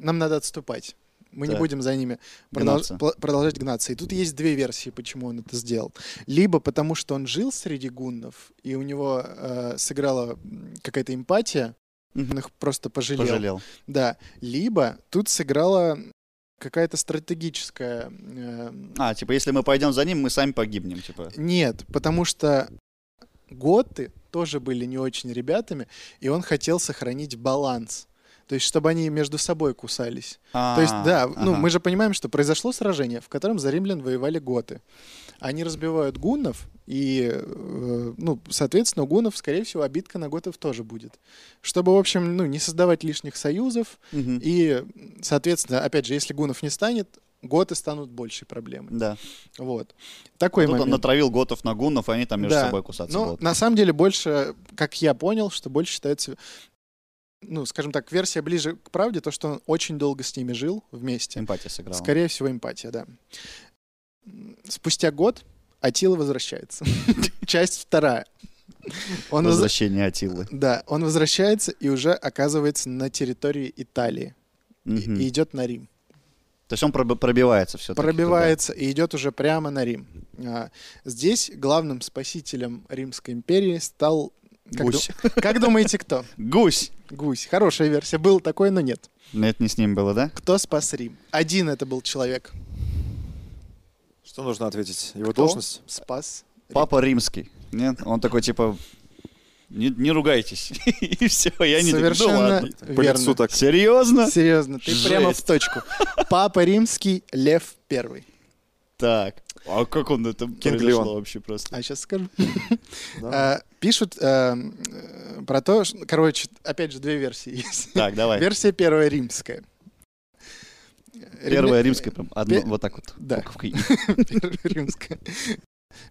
C: нам надо отступать. Мы не
D: Так.
C: будем за ними продолж-
D: *laughs* Гнаться.
C: пла- продолжать гнаться. И тут есть две версии, почему он это сделал. Либо потому, что он жил среди гуннов, и у него э, сыграла м, какая-то эмпатия, он их просто пожалел.
D: Пожалел.
C: Да. Либо тут сыграла какая-то стратегическая... э,
D: А, типа, если мы пойдем за ним, мы сами погибнем, типа.
C: Нет, потому что готы тоже были не очень ребятами, и он хотел сохранить баланс. То есть, чтобы они между собой кусались. То
D: А,
C: есть, да, ну мы же понимаем, что произошло сражение, в котором за римлян воевали готы. Они разбивают гуннов, и, э, ну, соответственно, у гуннов, скорее всего, обидка на готов тоже будет. Чтобы, в общем, ну, не создавать лишних союзов,
D: мы...
C: и, соответственно, опять же, если гуннов не станет, готы станут большей проблемой.
D: Да.
C: Вот. Такой
D: Тут он
C: момент.
D: натравил готов на гуннов, и они там между
C: Да.
D: собой кусаться
C: Но
D: будут.
C: Ну, на самом деле больше, как я понял, что больше считается, ну, скажем так, версия ближе к правде, то, что он очень долго с ними жил вместе.
D: Эмпатия сыграла.
C: Скорее всего, эмпатия, да. М, Спустя год Атила возвращается. *laughs* Часть вторая. Он воз-
D: Возвращение Атилы.
C: Да, он возвращается и уже оказывается на территории Италии и-
D: Мгм.
C: и идет на Рим.
D: То есть он проб- пробивается все
C: Пробивается и идет уже прямо на Рим. А, Здесь главным спасителем Римской империи стал... Как, ду-
D: Гусь. *laughs*
C: как думаете, кто?
D: Гусь!
C: Гусь. Хорошая версия. Был такой, но нет.
D: Но это не с ним было, да?
C: Кто спас Рим? Один это был человек.
B: Что нужно ответить? Его
C: Кто
B: должность?
C: Спас.
D: Папа римский. Нет? Он такой, типа, не, не ругайтесь. *laughs* И все, я не... Ну
C: Совершенно
D: ладно.
B: По
C: верно.
B: лицу так.
C: *laughs*
D: Серьезно?
C: Серьезно, ты
D: Жесть.
C: прямо в точку. Папа римский, Лев первый.
D: Так. А как он это
B: Леон.
D: произошло вообще просто?
C: А сейчас скажу.
D: Ну.
B: да.
C: А, Пишут э, э, про то, что, короче, опять же две версии *laughs* есть.
D: Так, давай.
C: Версия первая римская. Римля-
D: Первая римская прям. одно-
C: пе-
D: Вот так вот.
C: да. *laughs*
D: Буковкой.
C: Первая римская.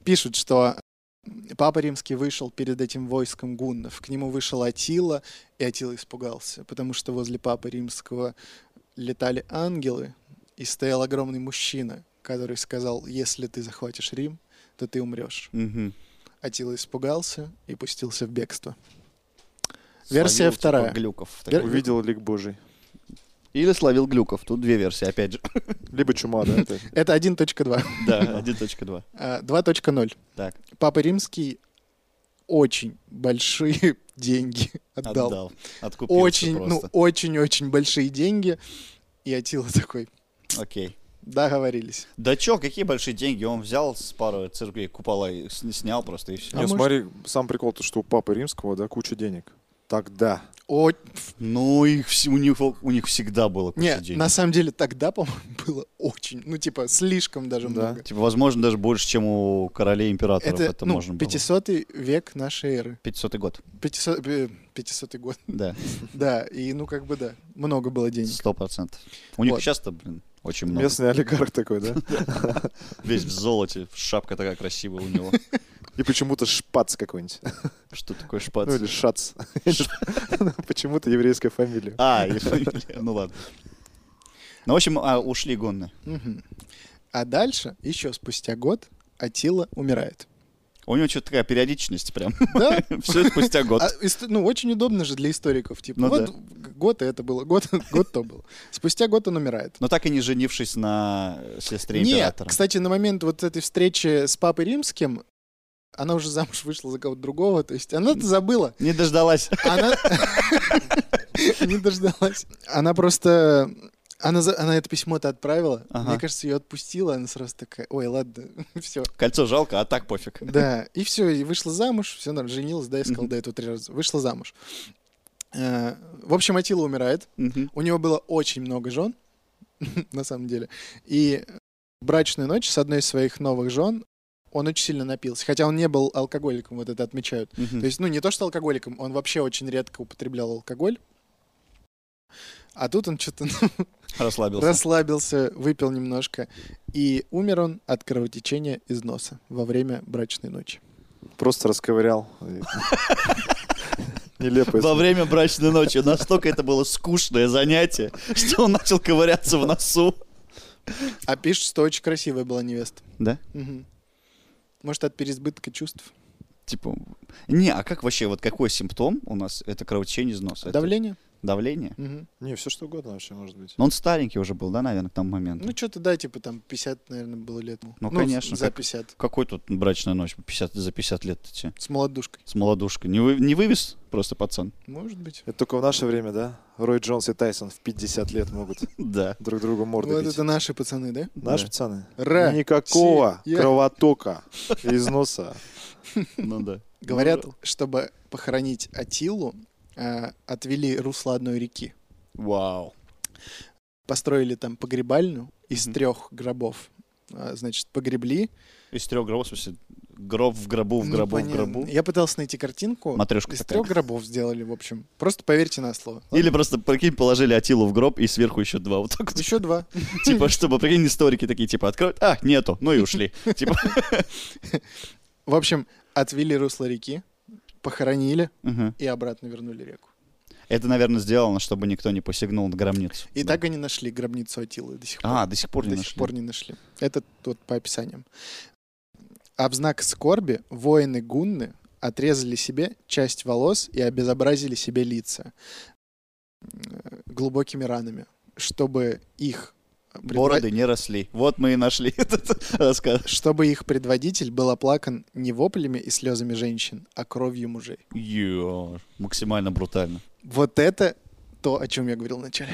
C: Пишут, что папа римский вышел перед этим войском гуннов. К нему вышел Атила, и Атила испугался, потому что возле папы римского летали ангелы, и стоял огромный мужчина, который сказал, если ты захватишь Рим, то ты умрешь.
D: Мгм.
C: Атила испугался и пустился в бегство. Версия
D: Словил, типа,
C: вторая.
D: Глюков.
C: Вер-
D: такой.
B: Увидел лик божий.
D: Или словил глюков. Тут две версии,
C: *laughs*
D: опять же.
B: Либо чума, да? это.
C: Это 1.2.
D: Да, 1.2.
C: А, 2.0.
D: Так.
C: Папа Римский очень большие *laughs* деньги отдал.
D: Отдал. Откупился
C: Очень, ну,
D: просто.
C: очень-очень большие деньги. И Атила такой,
D: Окей.
C: договорились.
D: Да чё, какие большие деньги? Он взял с пару церквей купола и с- снял просто и все.
C: А
B: Не,
C: может-
B: смотри, сам прикол то, что у папы римского, да, куча денег. Тогда.
C: О,
D: Ну, их, вс- у, них, у них всегда было куча
C: не,
D: денег.
C: на самом деле тогда, по-моему, *laughs* было очень, ну, типа, слишком даже
B: Да.
C: много.
D: Типа, возможно, даже больше, чем у королей и императоров
C: Это,
D: это,
C: ну,
D: можно
C: 500 век нашей эры.
D: было.
C: *laughs*
D: 500 год,
C: 500, э, 500
D: *laughs*
C: год,
D: да,
C: да. И, ну, как бы, да, много было денег.
D: сто процентов. У них
C: Вот.
D: часто, блин, очень много.
B: Местный олигарх такой, да?
D: Весь в золоте, шапка такая красивая
C: *laughs*
D: у него.
B: И почему-то шпац какой-нибудь.
D: Что такое
B: Ну
D: шпац?
B: или шац. *laughs* Почему-то еврейская фамилия.
D: А, и *laughs* фамилия, ну ладно. Ну, в общем, а, ушли гонны.
C: Мгм. А дальше, еще спустя год, Атила умирает.
D: У него что-то такая периодичность прям. *laughs*
C: Да?
D: Все спустя год.
C: А ис- ну, очень удобно же для историков. Типа,
D: Ну
C: вот
D: да.
C: г- год это было, год, *laughs* год то было. Спустя год он умирает.
D: Но так и не женившись на э, сестре
C: Нет,
D: императора.
C: кстати, на момент вот этой встречи с папой римским она уже замуж вышла за кого-то другого, то есть
D: *laughs*
C: она это забыла.
D: Не дождалась. *laughs*
C: Она *laughs* не дождалась. Она просто... Она, за- она это письмо-то отправила.
D: Ага.
C: Мне кажется, ее отпустила. Она сразу такая, ой, ладно, *laughs* все.
D: Кольцо жалко, а так пофиг.
C: Да, и все, и вышла замуж, все, нормально, женилась, да, я сказал до этого три раза. Вышла замуж. Э, В общем, Атила умирает.
D: Мгм.
C: У него было очень много жен, *laughs* на самом деле. И в брачную ночь с одной из своих новых жен он очень сильно напился. Хотя он не был алкоголиком, вот это отмечают.
D: Мгм.
C: То есть, ну, не то что алкоголиком, он вообще очень редко употреблял алкоголь. А тут он что-то
D: Расслабился.
C: *laughs* расслабился, выпил немножко. И умер он от кровотечения из носа во время брачной ночи.
B: Просто расковырял. *laughs* Нелепо.
D: Во время брачной ночи. Настолько это было скучное занятие, *laughs* что он начал ковыряться в носу.
C: А пишет, что очень красивая была невеста.
D: Да?
C: Мгм. Может, от переизбытка чувств?
D: Типа, не, а как вообще, вот какой симптом у нас? Это кровотечение из носа. Это
C: Давление?
D: давление?
C: Мгм.
B: Не, все что угодно вообще может быть.
D: Но он старенький уже был, да, наверное, к тому моменту?
C: Ну, что-то, да, типа там 50, наверное, было лет. Ну,
D: конечно,
C: За
D: как-
C: 50.
D: Какой тут брачная ночь 50, за 50 лет эти?
C: С молодушкой.
D: С молодушкой. Не, вы- не вывез просто пацан? *laughs*
C: Может быть.
B: Это только в наше время, да? Рой Джонс и Тайсон в 50 лет могут
D: Да.
B: друг другу морды
C: Ну, вот
B: бить.
C: это наши пацаны, да?
B: Наши
D: Да.
B: пацаны?
C: Ра.
B: Никакого
C: си- я.
B: кровотока из носа.
D: Ну да.
C: Говорят, чтобы похоронить Атилу, э, отвели русло одной реки.
D: Вау.
C: Построили там погребальню из
D: Мгм.
C: трех гробов. А, Значит, погребли.
D: Из трех гробов, в смысле, гроб в гробу, в
C: Ну,
D: гробу, в
C: понятно.
D: гробу.
C: Я пытался найти картинку.
D: Матрешка
C: Из
D: такая.
C: трех гробов сделали, в общем. Просто поверьте на слово.
D: Или просто, прикинь, положили Атилу в гроб и сверху еще два. Вот так вот.
C: Еще два. *laughs*
D: Типа, чтобы, прикинь, историки такие, типа, откроют. А, нету. Ну и ушли. Типа.
C: В общем, отвели русло реки, похоронили
D: Мгм.
C: и обратно вернули реку.
D: Это, наверное, сделано, чтобы никто не посягнул на гробницу.
C: И
D: Да.
C: так и не нашли гробницу Атилы до сих пор.
D: А, до сих пор не
C: до
D: нашли.
C: сих пор не нашли. Это вот по описаниям. А в знак скорби воины гунны отрезали себе часть волос и обезобразили себе лица э, глубокими ранами, чтобы их предва-
D: Бороды не росли. Вот мы и нашли *laughs* этот рассказ.
C: чтобы их предводитель был оплакан не воплями и слезами женщин, а кровью мужей.
D: Ё, Максимально брутально.
C: Вот это то, о чем я говорил вначале.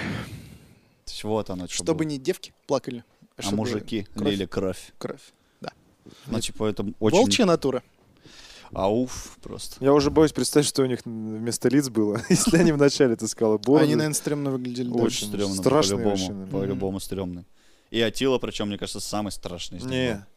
D: То есть Вот оно, что
C: Чтобы
D: было.
C: не девки плакали, а
D: А
C: чтобы
D: мужики
C: кровь.
D: лили кровь.
C: кровь.
D: Ну, типа, это очень...
C: Волчья натура.
D: Ауф просто.
B: Я уже боюсь представить, что у них вместо лиц было, *laughs* если они вначале это сказали. бороды.
C: Они, наверное, стрёмно выглядели. да.
D: Очень
B: Очень
D: стрёмно.
B: страшный вообще,
D: По-любому.
B: наверное.
D: По-любому стрёмный. И Атила, причем, мне кажется, самый страшный из него.
B: Не,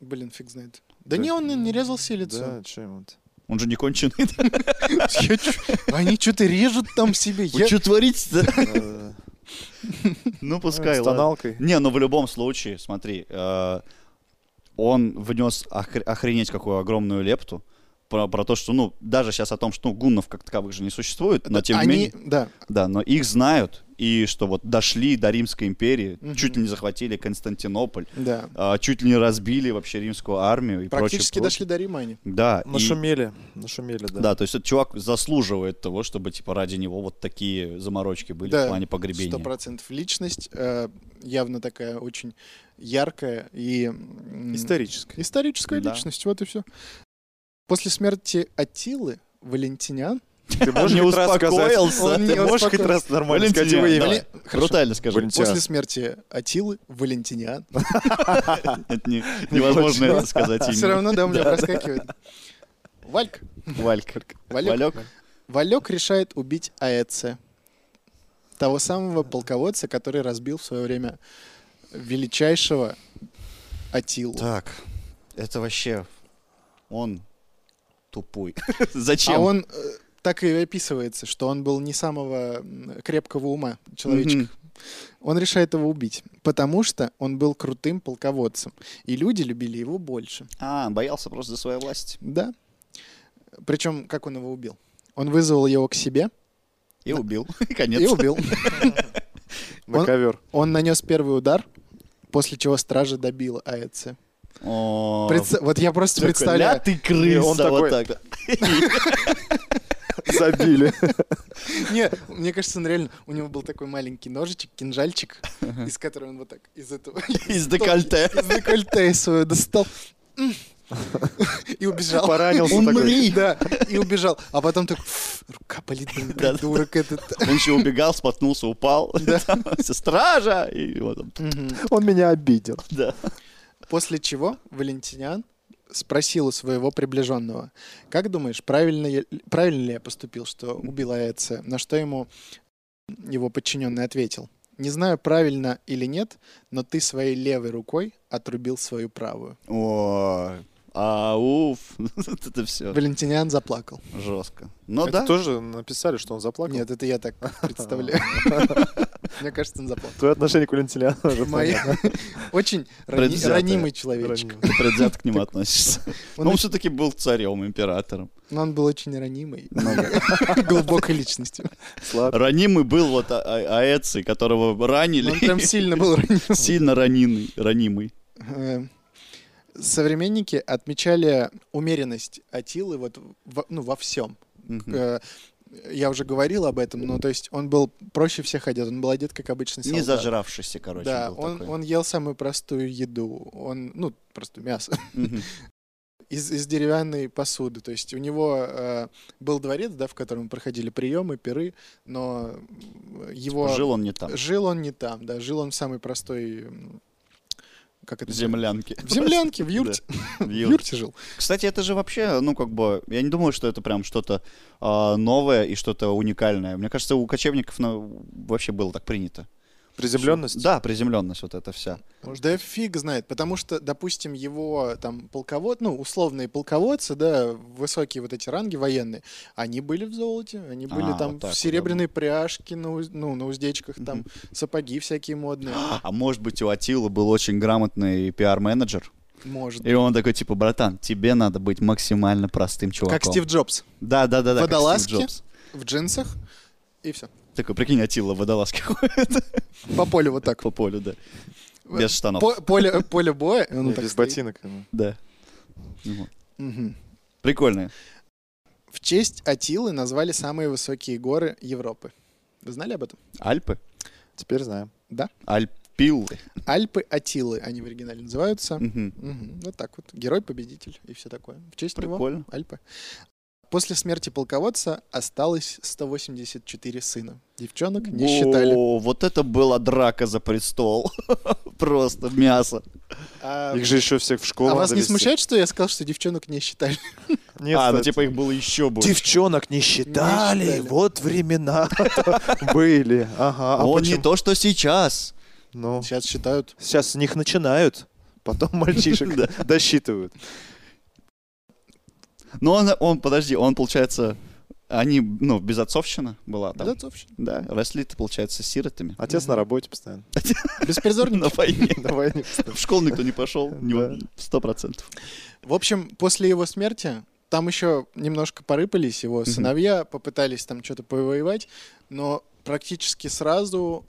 C: Блин, фиг знает.
B: Да.
C: Да, не, он и не резал себе лицо.
B: да, чё ему -то?
D: Он же не конченый.
C: *laughs*
D: *laughs*
C: Я чё- Они что-то режут там себе.
D: Вы
C: Я-
D: что творите-то?
C: *laughs*
B: Да-да-да.
D: Ну, пускай,
B: Э, С
D: ладно.
B: тоналкой.
D: Не, ну в любом случае, смотри, э, он внес охр- охренеть какую огромную лепту про, про то, что, ну, даже сейчас о том, что ну, гуннов как таковых же не существует, но тем не
C: Они,
D: менее,
C: да,
D: да, но их знают, и что вот дошли до Римской империи,
C: Мгм.
D: чуть ли не захватили Константинополь,
C: да.
D: а, чуть ли не разбили вообще римскую армию и прочее.
C: Практически дошли
D: прочее.
C: до Рима они.
D: Да, и-
B: Нашумели, нашумели,
D: да.
B: да.
D: то есть этот чувак заслуживает того, чтобы, типа, ради него вот такие заморочки были
C: Да,
D: в плане погребения.
C: Сто процентов. Личность э, явно такая очень яркая и... м,
B: Историческое.
C: Историческая
D: Да.
C: личность, вот и все. После смерти Атилы Валентиниан...
B: Ты можешь
D: не
B: хоть раз сказать?
D: успокоился.
C: Он не
B: Ты можешь хоть
C: успокоился.
B: раз нормально сказать
D: Валентиниан,
B: его имя?
D: давай.
C: Вали- Хорошо.
D: Брутально скажи.
B: Валентиниан.
C: После смерти Атилы Валентиниан.
D: Это
C: *laughs*
D: не- невозможно
B: очень.
D: это сказать имя.
C: Все равно, да, у меня проскакивает. Вальк.
D: Валька.
C: Валек.
D: Валек.
C: Валек решает убить Аэце, того самого полководца, который разбил в свое время величайшего Атилу.
D: Так, это вообще... Он тупой. *laughs* Зачем?
C: а он э, так и описывается, что он был не самого м, крепкого ума человечка.
D: Мгм.
C: Он решает его убить, потому что он был крутым полководцем, и люди любили его больше.
D: А, боялся просто за свою власть.
C: Да. Причем, как он его убил? Он вызвал его к себе
D: И убил. *laughs* И
C: и
D: Конец.
C: убил.
B: На
C: Он-
B: ковер.
C: *laughs* Он нанес первый удар, после чего стража добила Аэце.
D: О,
C: Предс- Вот я просто
D: А, такой, «Ля
C: представляю.
D: ты крыса,
B: И он
D: вот
B: такой,
D: так.
C: *laughs*
B: Забили.
C: Не, мне кажется, он реально, у него был такой маленький ножичек, кинжальчик, из которого он вот так, из этого, *laughs*
D: Из декольте.
C: из декольте своего достал. М. И убежал.
B: Поранился такой.
C: Умри! Да, и убежал. А потом так, рука болит, блин,
D: Да-да-да.
C: придурок этот.
D: Он еще убегал, споткнулся, упал. *laughs* Там всё, Стража! И вот он,
C: Мгм.
B: Он меня обидел.
D: да.
C: После чего Валентиниан спросил у своего приближенного, как думаешь, правильно, я- правильно ли я поступил, что убил Аэция? На что ему его подчиненный ответил, не знаю, правильно или нет, но ты своей левой рукой отрубил свою правую.
D: О, ауф. *laughs* Это все
C: Валентиниан заплакал.
D: жестко. Ну
B: Это
D: да.
B: тоже написали, что он заплакал? А,
C: Нет, это я так представляю. Мне кажется, он заплакал.
B: Твое отношение к Валентиниану уже
C: Моя- *laughs* Очень рани-
D: Предвзятое.
C: ранимый
B: понятно.
C: человечек.
D: Ты предвзято
C: *laughs*
D: к ним относишься.
C: Он
D: Но он
C: очень-
D: все-таки был царем, императором.
C: Но он был очень ранимый, *laughs* глубокой личностью.
B: Слаб.
D: Ранимый был вот А- А- Аэций, которого ранили.
C: Он прям сильно был раним.
D: *laughs* Сильно раненый, ранимый.
C: Э, современники отмечали умеренность Атилы вот во, ну, во всем.
D: Мгм.
C: Э, Я уже говорил об этом, но то есть он был проще всех одет, он был одет как обычный солдат.
D: Не зажравшийся, короче,
C: Да,
D: был
C: он,
D: такой.
C: он ел самую простую еду, он, ну, просто мясо, *laughs*
D: Мгм.
C: из, из деревянной посуды. То есть у него э, был дворец, да, в котором проходили приемы, пиры, но э, его...
D: Типа Жил он не там.
C: жил он не там, да, жил он в самой простой... м, Как это?
D: В
C: называется?
D: землянке.
C: В
D: *laughs*
C: землянке, в юрте.
D: В
C: В
D: юрте.
C: юрте жил.
D: Кстати, это же вообще, ну, как бы, я не думаю, что это прям что-то а, новое и что-то уникальное. Мне кажется, у кочевников ну, вообще было так принято.
B: Приземленность?
D: Да, приземленность вот эта вся.
C: Может, да фиг знает, потому что, допустим, его там полковод, ну, условные полководцы, да, высокие вот эти ранги военные, они были в золоте, они были
D: А,
C: там
D: вот так
C: в
D: вот,
C: серебряной пряжке, на, уз- ну, на уздечках, там сапоги всякие
D: *gasps*
C: модные.
D: А может быть, у Атилы был очень грамотный пиар-менеджер,
C: Может.
D: и он такой, типа, братан, тебе надо быть максимально простым чуваком.
C: Как Стив Джобс.
D: Да, да, да, да. как Стив
C: Водолазки?
D: Джобс.
C: В джинсах, и все.
D: Такой, прикинь, Атила в водолазке ходит
C: По полю вот так.
D: по полю, да. Без штанов.
C: По- поле, поле боя. и он
B: Не,
C: так
B: Без
C: стоит.
B: ботинок. ну.
D: Да. Ну Вот.
C: Мгм.
D: Прикольно.
C: В честь Атилы назвали самые высокие горы Европы. Вы знали об этом?
D: Альпы?
B: Теперь знаем.
D: Альпилы.
C: Альпы Атилы они в оригинале называются.
D: Мгм.
C: Мгм. Вот так вот. Герой-победитель и все такое. В честь него
D: Прикольно.
C: Альпы. После смерти полководца осталось 184 сына. Девчонок не считали.
D: О, вот это была драка за престол. *laughs* Просто мясо.
C: А,
B: Их же еще всех в школу
C: а вас не
B: надо везти.
C: смущает, что я сказал, что девчонок не считали?
B: Нет,
D: а, ну
B: кстати.
D: типа их было еще больше.
B: Девчонок не считали,
C: считали.
B: вот времена *laughs* были. Ага, а
D: Он не
B: почему?
D: то, что сейчас.
B: Ну,
C: *laughs* Сейчас считают.
B: сейчас с них начинают, потом *laughs* мальчишек досчитывают.
D: Но он, он, подожди, он, получается, они, ну, безотцовщина была там.
C: Безотцовщина.
D: Да, росли-то, получается, сиротами.
B: Отец на работе постоянно.
C: *laughs* Беспризорники.
D: На войне.
B: Давай не
D: В школу никто не пошел,
B: Да.
D: сто процентов.
C: В общем, после его смерти там еще немножко порыпались его сыновья, попытались там что-то повоевать, но практически сразу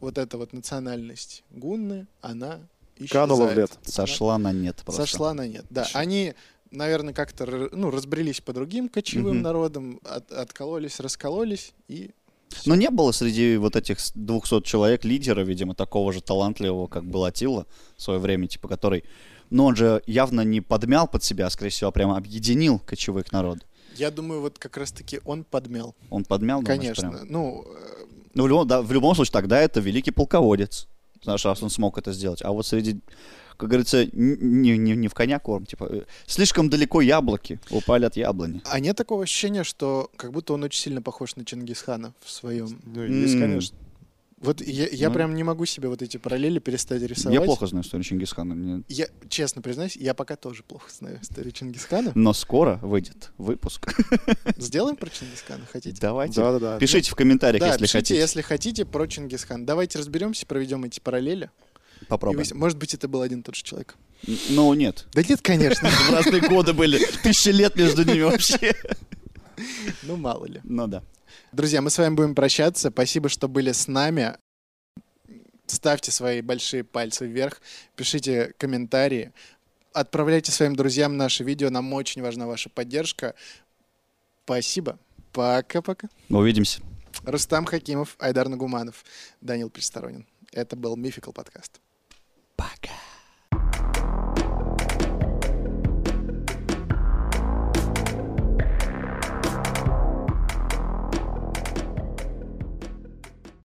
C: вот эта вот национальность гунны, она исчезает.
B: Канула в лет.
D: Сошла на нет просто.
C: Сошла на нет, да.
D: Ш-
C: Они, наверное, как-то р- ну, разбрелись по другим кочевым
D: Мгм.
C: народам, от- откололись, раскололись и...
D: Но не было среди вот этих с- 200 человек лидера, видимо, такого же талантливого, как был Атила в свое время, типа, который... Но он же явно не подмял под себя, а, скорее всего, а прямо объединил кочевых народ.
C: Я думаю, вот как раз-таки он подмял.
D: Он подмял, думаешь,
C: Конечно.
D: прям?
C: Ну, э,
D: Ну, в любом, да, в любом случае, тогда это великий полководец. Знаешь, раз он смог это сделать. А вот среди, как говорится, н- не, не- не в коня корм, типа, э, слишком далеко яблоки упали от яблони.
C: а нет такого ощущения, что как будто он очень сильно похож на Чингисхана в своем
B: Ну, есть,
D: М.
B: конечно.
C: Вот я, я
D: Ну.
C: прям не могу себе вот эти параллели перестать рисовать.
D: Я плохо знаю историю Чингисхана. мне-
C: Я, честно признаюсь, я пока тоже плохо знаю историю Чингисхана.
D: Но скоро выйдет выпуск.
C: Сделаем про Чингисхана, хотите?
D: Давайте.
B: Да-да-да.
D: Пишите в комментариях, если
C: пишите,
D: хотите.
C: если хотите, про Чингисхан. Давайте разберемся, проведем эти параллели. И
D: Попробуем.
C: выясним. Может быть, это был один и тот же человек.
D: Н- Ну, нет. *laughs*
C: Да нет, конечно.
D: В разные годы были. Тысячи лет между ними вообще.
C: *coughs* Ну, мало ли.
D: Ну да.
C: Друзья, мы с вами будем прощаться. Спасибо, что были с нами. Ставьте свои большие пальцы вверх, пишите комментарии, Отправляйте своим друзьям наши видео. Нам очень важна ваша поддержка. Спасибо. Пока-пока.
D: Увидимся.
C: Рустам Хакимов, Айдар Нагуманов, Данил Пересторонин. Это был Мификал подкаст.